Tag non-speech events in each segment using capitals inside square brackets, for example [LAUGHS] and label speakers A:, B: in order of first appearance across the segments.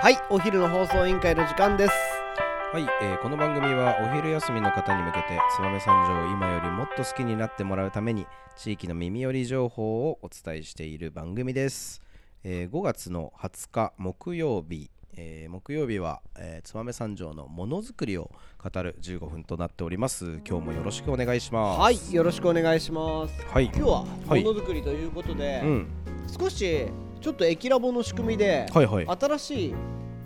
A: はい、お昼の放送委員会の時間です。
B: はい、えーこの番組はお昼休みの方に向けて燕三条を今よりもっと好きになってもらうために地域の耳寄り情報をお伝えしている番組です、えー5月の20日木曜日、えー木曜日は、えー、燕三条のものづくりを語る15分となっております今日もよろしくお願いします
A: はい、よろしくお願いします。
B: はい
A: 今日はも
B: はい
A: のづくりということで、
B: うん
A: 少しちょっと駅ラボの仕組みで、
B: はいはい
A: 新しい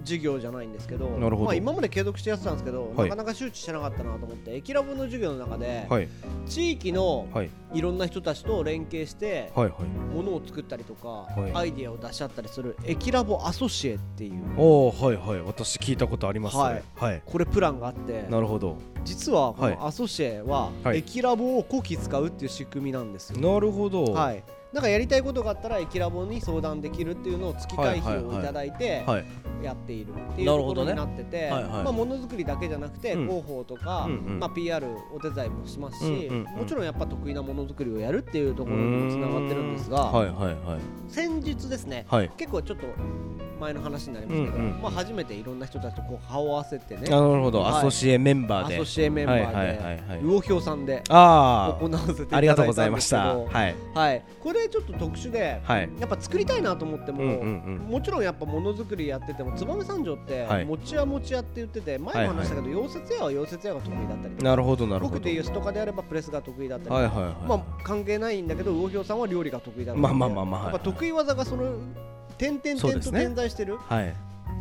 A: 事業じゃないんですけど
B: なるほど
A: まあ、今まで継続してやってたんですけど、
B: はい
A: なかなか周知してなかったなと思って駅ラボの授業の中で、
B: はい
A: 地域の
B: はい
A: いろんな人たちと連携して、
B: はいはい
A: ものを作ったりとか、
B: はい
A: アイディアを出し合ったりする駅ラボアソシエっていう
B: おーはいはい私聞いたことあります
A: はい
B: ねはい
A: これプランがあって
B: なるほど
A: 実はこ
B: はい
A: のアソシエは、
B: はい
A: 駅ラボをこき使うっていう仕組みなんですよ、
B: なるほど
A: はいい、なんかやりたいことがあったら駅ラボに相談できるっていうのを月会費をいただいて
B: はい
A: やっているっていうところになってて
B: なるほどねはいはい
A: まあものづくりだけじゃなくて
B: うん
A: 広報とか、
B: うんうん
A: まあ、PR お手伝いもしますし、
B: うんうんうん
A: もちろんやっぱ得意なものづくりをやるっていうところにもつながってるんですが、
B: はいはいはい
A: 先日ですね
B: はい
A: 結構ちょっと前の話になりますけど、
B: うんうん
A: まあ、初めていろんな人たちとこう顔を合わせてね
B: あなるほど、
A: はい
B: アソシエメンバー
A: ア
B: で
A: ソシエメンバーで、
B: はいはいはいはい
A: 魚評さんで
B: あ
A: 行わせていただいたんですけ
B: あ
A: ど
B: ありがとうございました
A: は
B: はい
A: い、これちょっと特殊で
B: はい
A: やっぱ作りたいなと思っても、
B: うんうんうん
A: もちろんやっぱものづくりやってても燕三条って、
B: はい
A: もちやもちやって言ってて前も話したけど、溶接屋は溶接屋が得意だったりとか
B: なるほどなるほど
A: 僕でいうストカであればプレスが得意だったりとか
B: はいはいはい、
A: まあ、関係ないんだけど魚評さんは料理が得意だったりとか
B: まあまあまあまあはい
A: やっぱ得意技がその点々
B: そう
A: 点
B: で
A: と
B: すね
A: 点在してる、
B: はい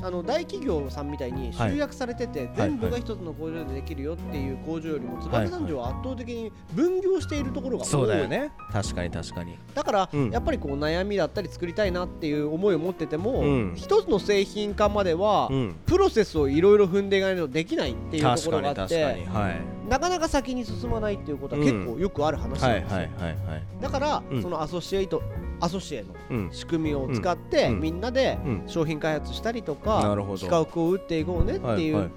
A: あの大企業さんみたいに集約されてて、全部が一つの工場でできるよっていう工場よりも
B: はい
A: 燕三条は圧倒的に分業しているところが多い
B: そうだよね確かに確かに
A: だから、
B: うん
A: やっぱりこう悩みだったり作りたいなっていう思いを持ってても、
B: うん
A: 一つの製品化までは、
B: うん
A: プロセスをいろいろ踏んでいかないとできないっていうと
B: 確
A: こ
B: か
A: ろ
B: に
A: があっ
B: 確かに
A: て
B: はい
A: なかなか先に進まないっていうことは結構よくある話
B: は
A: なん
B: い
A: ですよ、
B: はいはいはい
A: だから、
B: うん
A: そのアソシエイトアソシエの
B: うん
A: 仕組みを使って、
B: うん
A: みんなで
B: うん
A: 商品開発したりと
B: な
A: か
B: るほど
A: 企画を打っていこうねってい
B: はは
A: う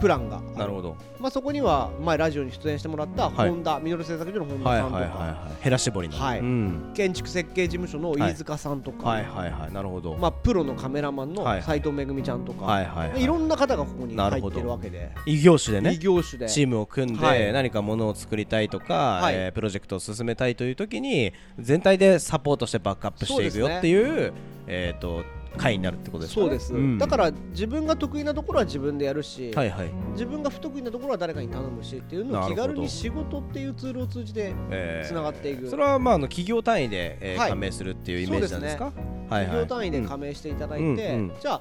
A: プランがある、
B: なるほど
A: まあ、そこには前ラジオに出演してもらった
B: はい
A: 本田、ミノル製作所の本田
B: はい
A: さ
B: は
A: ん
B: い
A: とか、
B: はいはいヘラ絞りの
A: はい
B: うん
A: 建築設計事務所の飯塚さんとか、
B: はいはいはいなるほど
A: まあ、プロのカメラマンの
B: はい
A: 斉藤めぐみちゃんとか、
B: はいはいはいい
A: ろんな方がここに
B: なる
A: 入
B: ほ
A: っ
B: ど
A: てるわけで
B: 異業種でね
A: 異業種で
B: チームを組んで、
A: はい
B: 何かものを作りたいとか、
A: はい
B: えープロジェクトを進めたいという時に全体でサポートしてバックアップしていくよ
A: そうですね
B: っていう、えっ、と会になるってことですか、ね、
A: そうです、
B: ん
A: だから自分が得意なところは自分でやるし、
B: はいはい、
A: 自分が不得意なところは誰かに頼むしっていう
B: な
A: のを
B: る
A: 気
B: ほど
A: 軽に仕事っていうツールを通じて
B: え
A: つながっていく
B: それはまああの企業単位で、えー
A: はい
B: 加盟するっていうイメージなんですかはいはい
A: 企業単位で加盟していただいて、
B: うんうん
A: じゃあ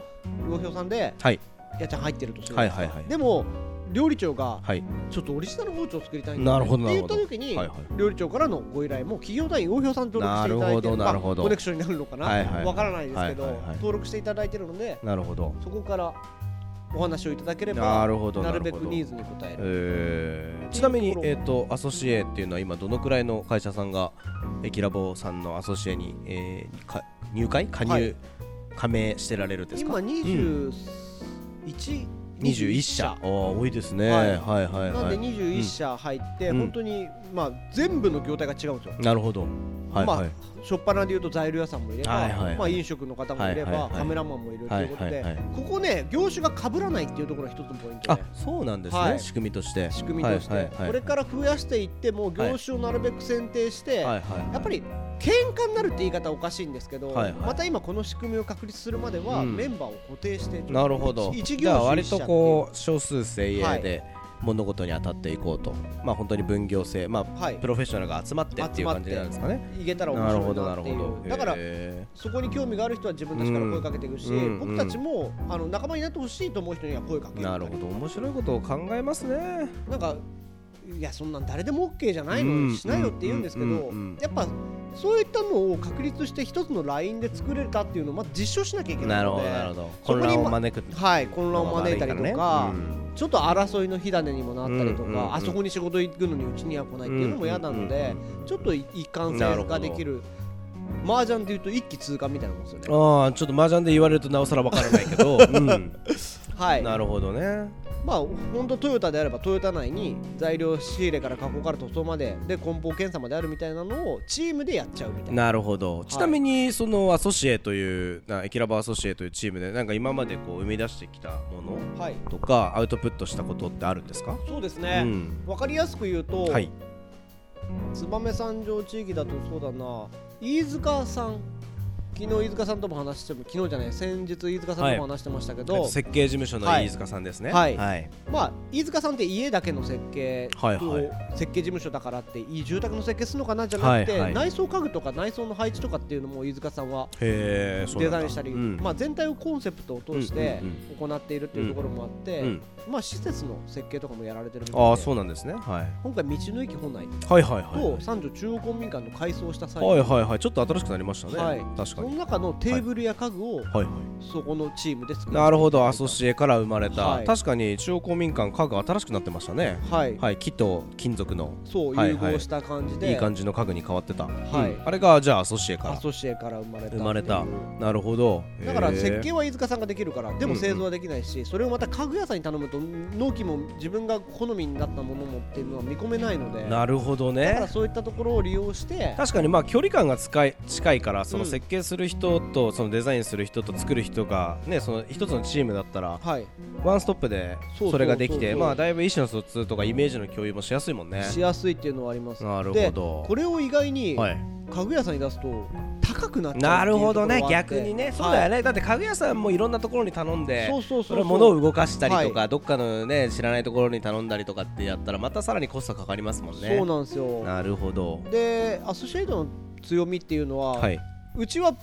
A: 魚評さんで
B: はい
A: やっちゃん入ってるとするん
B: はい
A: です
B: はいはい
A: でも料理長が
B: はい
A: ちょっとオリジナル包丁作りたいん
B: な
A: だ
B: る
A: って
B: ほどなる
A: 言っ
B: ほ
A: た
B: ど
A: 時に、
B: はいはい
A: 料理長からのご依頼も企業単位大評さんに登録していただいて
B: なるほどなるほど
A: まあコネクションになるのかな、
B: は
A: わ
B: いはい
A: からないですけど、
B: はいはいはい
A: 登録していただいてるので
B: なるほど
A: そこからお話をいただければ
B: なるほど
A: なるべく
B: なるほど
A: ニーズに応える
B: えーちなみに
A: とこ、ろ
B: えー、とアソシエっていうのは今どのくらいの会社さんがエキラボさんのアソシエに、えーか入会加入、
A: はい
B: 加盟してられるんですか
A: 今21、
B: 21社あー多いですね、
A: は
B: はいい、はいはい
A: なんで21社入って、
B: うん
A: 本当に、まあ、全部の業態が違うんですよ、
B: なるほどはい
A: ま
B: は
A: あ
B: い、
A: 初っ端で言うと材料屋さんもいれば、
B: はいはいはい
A: まあ、飲食の方もいれば、
B: はいはいはい
A: カメラマンもいるということで、
B: はいはいはい
A: ここね業種が被らないっていうところが一つのポイント
B: あ
A: で
B: そうなんですね、
A: はい
B: 仕組みとして
A: 仕組みとして、
B: はいはいはい
A: これから増やしていっても業種をなるべく選定して、
B: はいはいはい
A: やっぱり喧嘩になるって言い方はおかしいんですけど、
B: はいはい
A: また今この仕組みを確立するまでは、
B: うん
A: メンバーを固定して
B: なるほど
A: 一一
B: じ
A: 業
B: ゃあ
A: 種
B: 割
A: 一社ってい
B: と
A: う
B: こう少数精
A: は
B: 鋭
A: い
B: で物事に当たっていこうと、まあ本当に分業制まあ、
A: はい
B: プロフェッショナルが集まってっていう感じなんですかね
A: いけたら面
B: なる
A: 白
B: ほ
A: い
B: ど
A: な
B: な
A: っ
B: る
A: て
B: ほ
A: いう
B: ど
A: だから
B: へ
A: そこに興味がある人は自分たちから声かけていくし、
B: うん
A: 僕たちもあの仲間になってほしいと思う人には声かけ
B: ー
A: る
B: なるほど面白いことを考えますね
A: なんかいやそんなん誰でも OK じゃないの、
B: うん
A: しないよって言うんですけど、
B: うんうん
A: やっぱそういったのを確立して一つのラインで作れたっていうのをまず実証しなきゃいけな
B: ないる
A: の
B: ほ
A: で
B: どなるほど
A: そこに
B: 混乱を招く
A: はい混乱を招いたりとか
B: のが悪いらね
A: ちょっと争いの火種にもなったりとか、
B: うんうんうん
A: あそこに仕事行くのにうちには来ないっていうのも嫌なので、
B: うんうんうんうん
A: ちょっと一貫
B: なる
A: 性
B: ほ
A: が
B: ど
A: できる麻雀でいうと一気通過みたいなもんですよね。 [LAUGHS]
B: ああちょっと麻雀で言われるとなおさらわからないけど、うん
A: はい
B: なるほどね
A: まあ本当トヨタであればトヨタ内に材料仕入れから加工から塗装までで梱包検査まであるみたいなのをチームでやっちゃうみたいな
B: なるほどちなみにそのアソシエというなエキラバアソシエというチームでなんか今までこう生み出してきたもの
A: はい
B: とかアウトプットしたことってあるんですか、
A: そうです
B: う
A: ね、
B: ん
A: わかりやすく言うと、
B: はい
A: 燕三条地域だとそうだな飯塚さん昨日飯塚さんとも話しても昨日じゃない先日飯塚さんとも話してましたけど、
B: えっと設計事務所の
A: はい
B: 飯塚さんですね
A: はい
B: はい
A: まあ飯塚さんって家だけの設計を、
B: はいはい
A: 設計事務所だからっていい住宅の設計するのかなじゃなくて、
B: はいはい
A: 内装家具とか内装の配置とかっていうのも飯塚さんは
B: へえそう
A: デ
B: なんだ
A: ザインしたり、
B: うん
A: まあ、全体をコンセプトを通して
B: うん
A: 行っているっていうところもあって、
B: うん
A: まあ、施設の設計とかもやられてるみたいで
B: ああそうなんですねはい
A: 今回道の駅本内
B: はいはいはい
A: と三条中央公民館の改装をした際に、
B: はいはいはいちょっと新しくなりましたね、
A: はい
B: 確か
A: その
B: に
A: 中のテーブルや家具を
B: はいはい
A: そこのチームで作って
B: なるほどアソシエから生まれた、
A: はい
B: 確かに中央公民館家具新しくなってましたね
A: はい、
B: はい木と金属の
A: そう
B: はい
A: 融合した感じで、
B: いい感じの家具に変わってた、
A: はい
B: うんあれがじゃあアソシエ
A: ア
B: から
A: ソシエから生まれた
B: 生まれたなるほど
A: だから
B: へえ
A: 設計は飯塚さんができるからでも製造はできないし、それをまた家具屋さんに頼むと納期も自分が好みになったものもっていうのは見込めないので
B: なるほど
A: だから
B: ね
A: そういったところを利用して
B: 確かにまあ距離感が近い近いからそうの
A: ん
B: 設計する人とそのデザインする人と作る人がねその一つのチームだったら
A: はい
B: ワンストップで
A: そうそう
B: それができ
A: そう
B: て
A: そう
B: まあだいぶ意思の疎通とかイメージの共有もしやすいもんね
A: しやすいっていうのはあります
B: なる
A: で
B: ほど
A: これを意外に
B: はい
A: 家具屋さんに出すと高くなっちゃう
B: なるほどね
A: っていうところ
B: 逆
A: があって
B: にねそうだよ
A: ね
B: ねだって家具屋さんもいろんなところに頼んで
A: そうそう
B: そ
A: そう
B: れ
A: そ
B: は
A: う
B: 物を動かしたりと
A: は
B: かどっかのね知らないところに頼んだりとかってやったらまたさらにコストかかりますもんね
A: そうなんですよ
B: なるほど
A: でアソシエイトの強みっていうのは、
B: はいう
A: ちは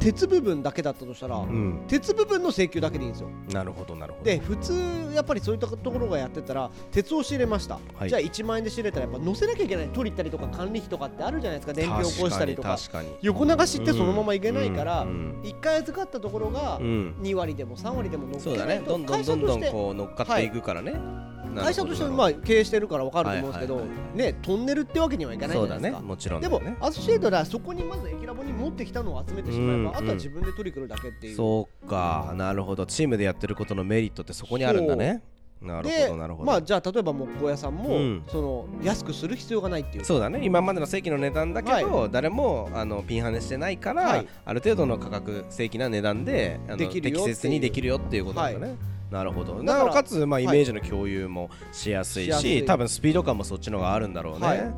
A: 鉄部分だけだったとしたら、
B: うん
A: 鉄部分の請求だけでいいんですよ
B: なるほどなるほど
A: で普通やっぱりそういったところがやってたら鉄を仕入れました、
B: はい
A: じゃあ1万円で仕入れたらやっぱ載せなきゃいけない取り行ったりとか管理費とかってあるじゃないですか伝票を起こしたりとか
B: 確かに確かに
A: 横流しってそのままいけないから、
B: うん
A: 1回預かったところが
B: うんうん
A: 2割でも3割でも乗っ
B: そう
A: け
B: だ
A: な
B: ね
A: いと
B: どんどん
A: 会
B: ど
A: 社
B: ん
A: と
B: ど
A: し
B: ん
A: て
B: こう乗っかっていくからね
A: 会社として
B: な
A: ま
B: る
A: あ経営してるから分かると思うんですけど、
B: はいはいはい
A: ねトンネルってわけにはいか
B: ほど
A: ないじゃないで
B: そうだね
A: すか
B: もちろん
A: で
B: だ
A: も
B: よね
A: アソシエイトではそこにまずエキラボに持ってきたのを集めてしまえば、
B: うん
A: あとは自分で取り来るだけっていう
B: そうかなるほどチームでやってることのメリットってそこにあるんだねなるほ
A: で
B: どなるほど
A: まあじゃあ例えば木工屋さんも、
B: うん
A: その安くする必要がないっていう
B: そうだね今までの正規の値段だけど、誰もあのピンハネしてないから、
A: はい
B: ある程度の価格正規な値段であの
A: できるよ
B: 適切にできるよっていうことなんだね、なるほど
A: だから
B: なおかつ、まあ、
A: い
B: イメージの共有もしやすいし,、
A: しやすい
B: 多分スピード感もそっちの方があるんだろうね、
A: はい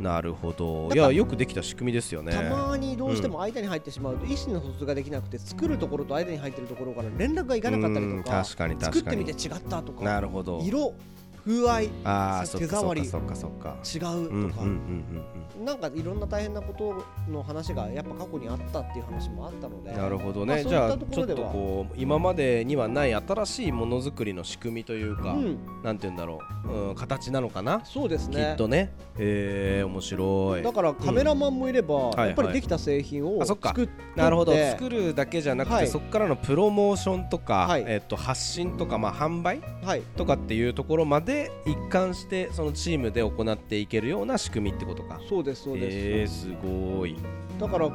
B: なるほど
A: だか
B: い
A: ら
B: やよくできた仕組みですよね
A: たまにどうしても間に入ってしまうと意思の疎通ができなくて作るところと間に入ってるところから連絡がいかなかったり
B: うん
A: とか
B: 確かに
A: 作
B: 確
A: っ
B: か
A: てみ
B: に
A: て違ったと
B: な
A: か
B: るほど
A: 色風合い違う
B: ああそっ
A: 手
B: かそ
A: 触
B: っか
A: り
B: そっかそっか
A: とか、
B: うんうんうんうん
A: なんかいろんな大変なことの話がやっぱ過去にあったっていう話もあったの
B: う
A: で
B: んなるほど
A: まあ
B: ね、
A: そう
B: じ
A: いっ
B: ゃあ
A: た
B: ち
A: とこ
B: ょ
A: ろ
B: っ
A: で
B: と
A: は
B: こう今までにはない新しいものづくりの仕組みというか、
A: うん、
B: なんて言うんだろう、うん、形なのかな、
A: そうです
B: きっ
A: ね
B: とねへえ面白い
A: だからカメラマンもいれば、
B: いはい
A: やっぱりできた製品を
B: あそっか
A: 作って
B: なるほど
A: 作
B: 作るだけじゃなくて、
A: はい
B: そこからのプロモーションとか、
A: はい
B: えっと発信とか、まあ、販売
A: はい
B: とかっていうところまで一貫してそのチームで行っていけるような仕組みってことか
A: そうですそうです、
B: えー、すごい
A: だからこ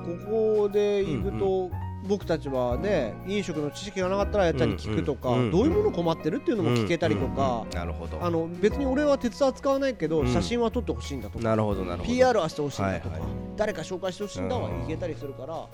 A: こで行くと、僕たちはね飲食の知識がなかったらやったり聞くとか、
B: うんうんうん
A: どういうもの困ってるっていうのも聞けたりと
B: うんうん
A: か
B: うん、なるほど
A: あの別に俺は鉄は使わないけど、
B: うん
A: 写真は撮ってほしいんだとか
B: なるほどなるほど
A: PR はしてほしいんだとか、
B: はいはい
A: 誰か紹介してほしいんだは
B: うん
A: いけたりするから、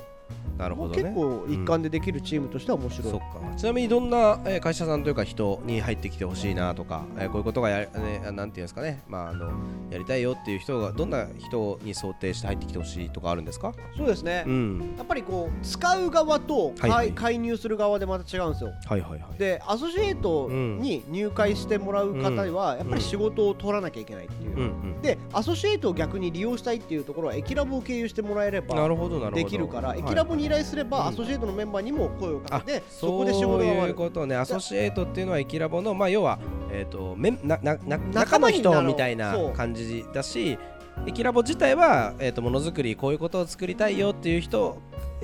B: なる
A: もう
B: ほど
A: 結
B: ね
A: 構一貫でできるチームとしては面白い、
B: そっかちなみにどんなえー会社さんというか人に入ってきてほしいなとか、えーこういうことがや、ね、あなんていうんですかね、まあ、あのやりたいよっていう人がどんな人に想定して入ってきてほしいとかあるんですか、
A: そうですね、
B: ん、
A: やっぱりこう使う側と、
B: はいはい
A: 介介入する側でまた違うんですよ
B: はいはいはい
A: でアソシエイトに入会してもらう方は、やっぱり仕事を取らなきゃいけないっていう、
B: うんうん、
A: でアソシエイトを逆に利用したいっていうところはエキラボを経由してもらえれ
B: な
A: ば
B: るほどなるほど
A: できるから、
B: はい
A: エキラボに依頼すれば、
B: う
A: ア
B: ん
A: ソシエイトのメンバーにも声をかけてそ
B: そ
A: こ
B: う
A: で仕事が終わ
B: いう
A: る
B: ことねアソシエイトっていうのはエキラボのまあ要は、えー、とめななな仲
A: 仲
B: 間
A: 間に
B: の
A: なろう
B: 人みたいな
A: そう
B: 感じだしエキラボ自体は、えー、とものづくりこういうことを作りたいよっていう人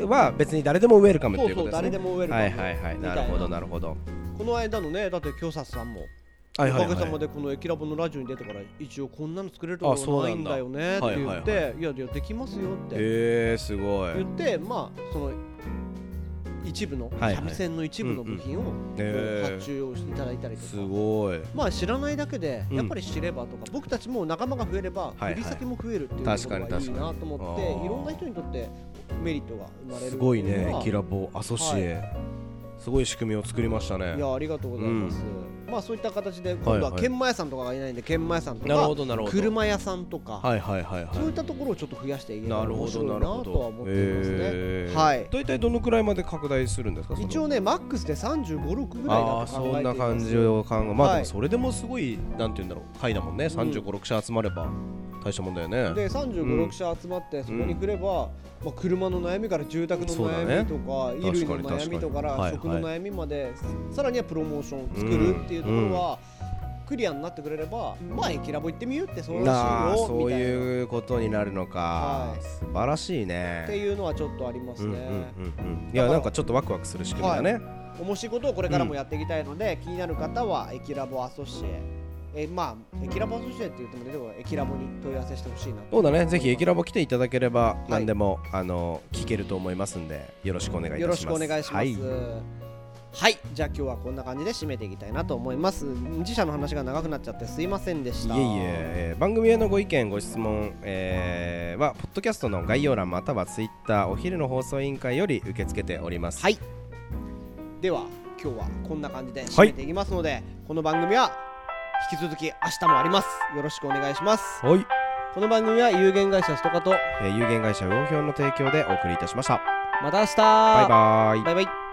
B: は別に誰でもウェルカムと
A: そ
B: いうう
A: そ
B: こと
A: う誰
B: ですね
A: でもウェルカム
B: はいはいはい
A: みた
B: ない
A: な
B: るほどなるほど
A: この間のねだって京札さんも、
B: はいはい
A: おかげさまで
B: で
A: このエキラボのラジオに出てから一応こんなの作れるところがないんだよね
B: あ
A: って
B: そうな
A: 言っ
B: んだ
A: て、
B: はい
A: いや
B: は
A: いやできますよって
B: えー、すごい
A: 言って、まあその一部の
B: はいはい
A: 三味線の一部の部品をこう
B: へー
A: 発注をしていただいたりと
B: す
A: か。
B: ごい
A: まあ知らないだけで
B: うん
A: やっぱり知ればとか、僕たちも仲間が増えれば
B: いはい
A: 売り先も増えるっていう
B: 確
A: の
B: かに
A: がいいな
B: 確か
A: と
B: に
A: 思って
B: あー
A: いろんな人にとってメリットが生まれる
B: すごい
A: ってう
B: ね
A: のは
B: キラボアソシエすごい仕組みを作りましたね
A: いやありがとうございます、まあそういった形で今度は
B: はい
A: 研磨屋さんとかがいないんで研磨屋さんと
B: なるほ
A: か
B: どなるほど
A: 車屋さんとか、
B: はいはいはいはい
A: そういったところをちょっと増やしていけば
B: なる
A: 面
B: ほ
A: 白
B: ど
A: いな
B: なるほど
A: とは思っていますね、
B: えー
A: はい
B: 大体どのくらいまで拡大するんですかその
A: 一応ねマックスで35、6ぐらい
B: あ
A: だ
B: あ
A: と
B: そ
A: 考えて
B: ん
A: います
B: な感じを考えまあで
A: は
B: も
A: い
B: それでもすごいなんて言うんだろう回だもんね35、6社集まれば大したもんだよね
A: で35、
B: うん
A: 6社集まってそこに来れば、まあ、車の悩みから住宅の
B: そうだね
A: 悩みとか、衣類の悩みとか
B: 確かに確かに
A: ら食の
B: は
A: 悩みまで、さらにはプロモーション作るっていうところは、クリアになってくれれば、まあ、キラボ行ってみようってそう
B: な
A: ら
B: あ
A: しいよ
B: そう
A: みたいな。
B: いうことになるのか、
A: はい
B: 素晴らしいね
A: っていうのはちょっとあります
B: うん
A: ね
B: う。んうんうんい
A: だ
B: や
A: から
B: なんかちょっとワクワクする仕組みだね、
A: 面白いことをこれからもやっていきたいので、気になる方はエキラボアソシエえまあエキラボアソシエって言っても出てこないエキラボに問い合わせしてほしいなと
B: そうだねぜひ駅ラボ来ていただければ
A: い
B: 何でも、あの聞けると思いますんでよろしくお願いいたします
A: よろしくお願いしますは
B: はいい、
A: じゃあ今日はこんな感じで締めていきたいなと思います自社の話が長くなっちゃってすいませんでした
B: いえいええー番組へのご意見ご質問、えーはポッドキャストの概要欄またはツイッターお昼の放送委員会より受け付けております、
A: はいでは今日はこんな感じで締めていきますので、この番組は引き続き明日もありますよろしくお願いします
B: はい
A: この番組は有限会社ストカと
B: えー有限会社ウオヒョンの提供でお送りいたしました
A: また明日
B: バイバイ
A: バイバイ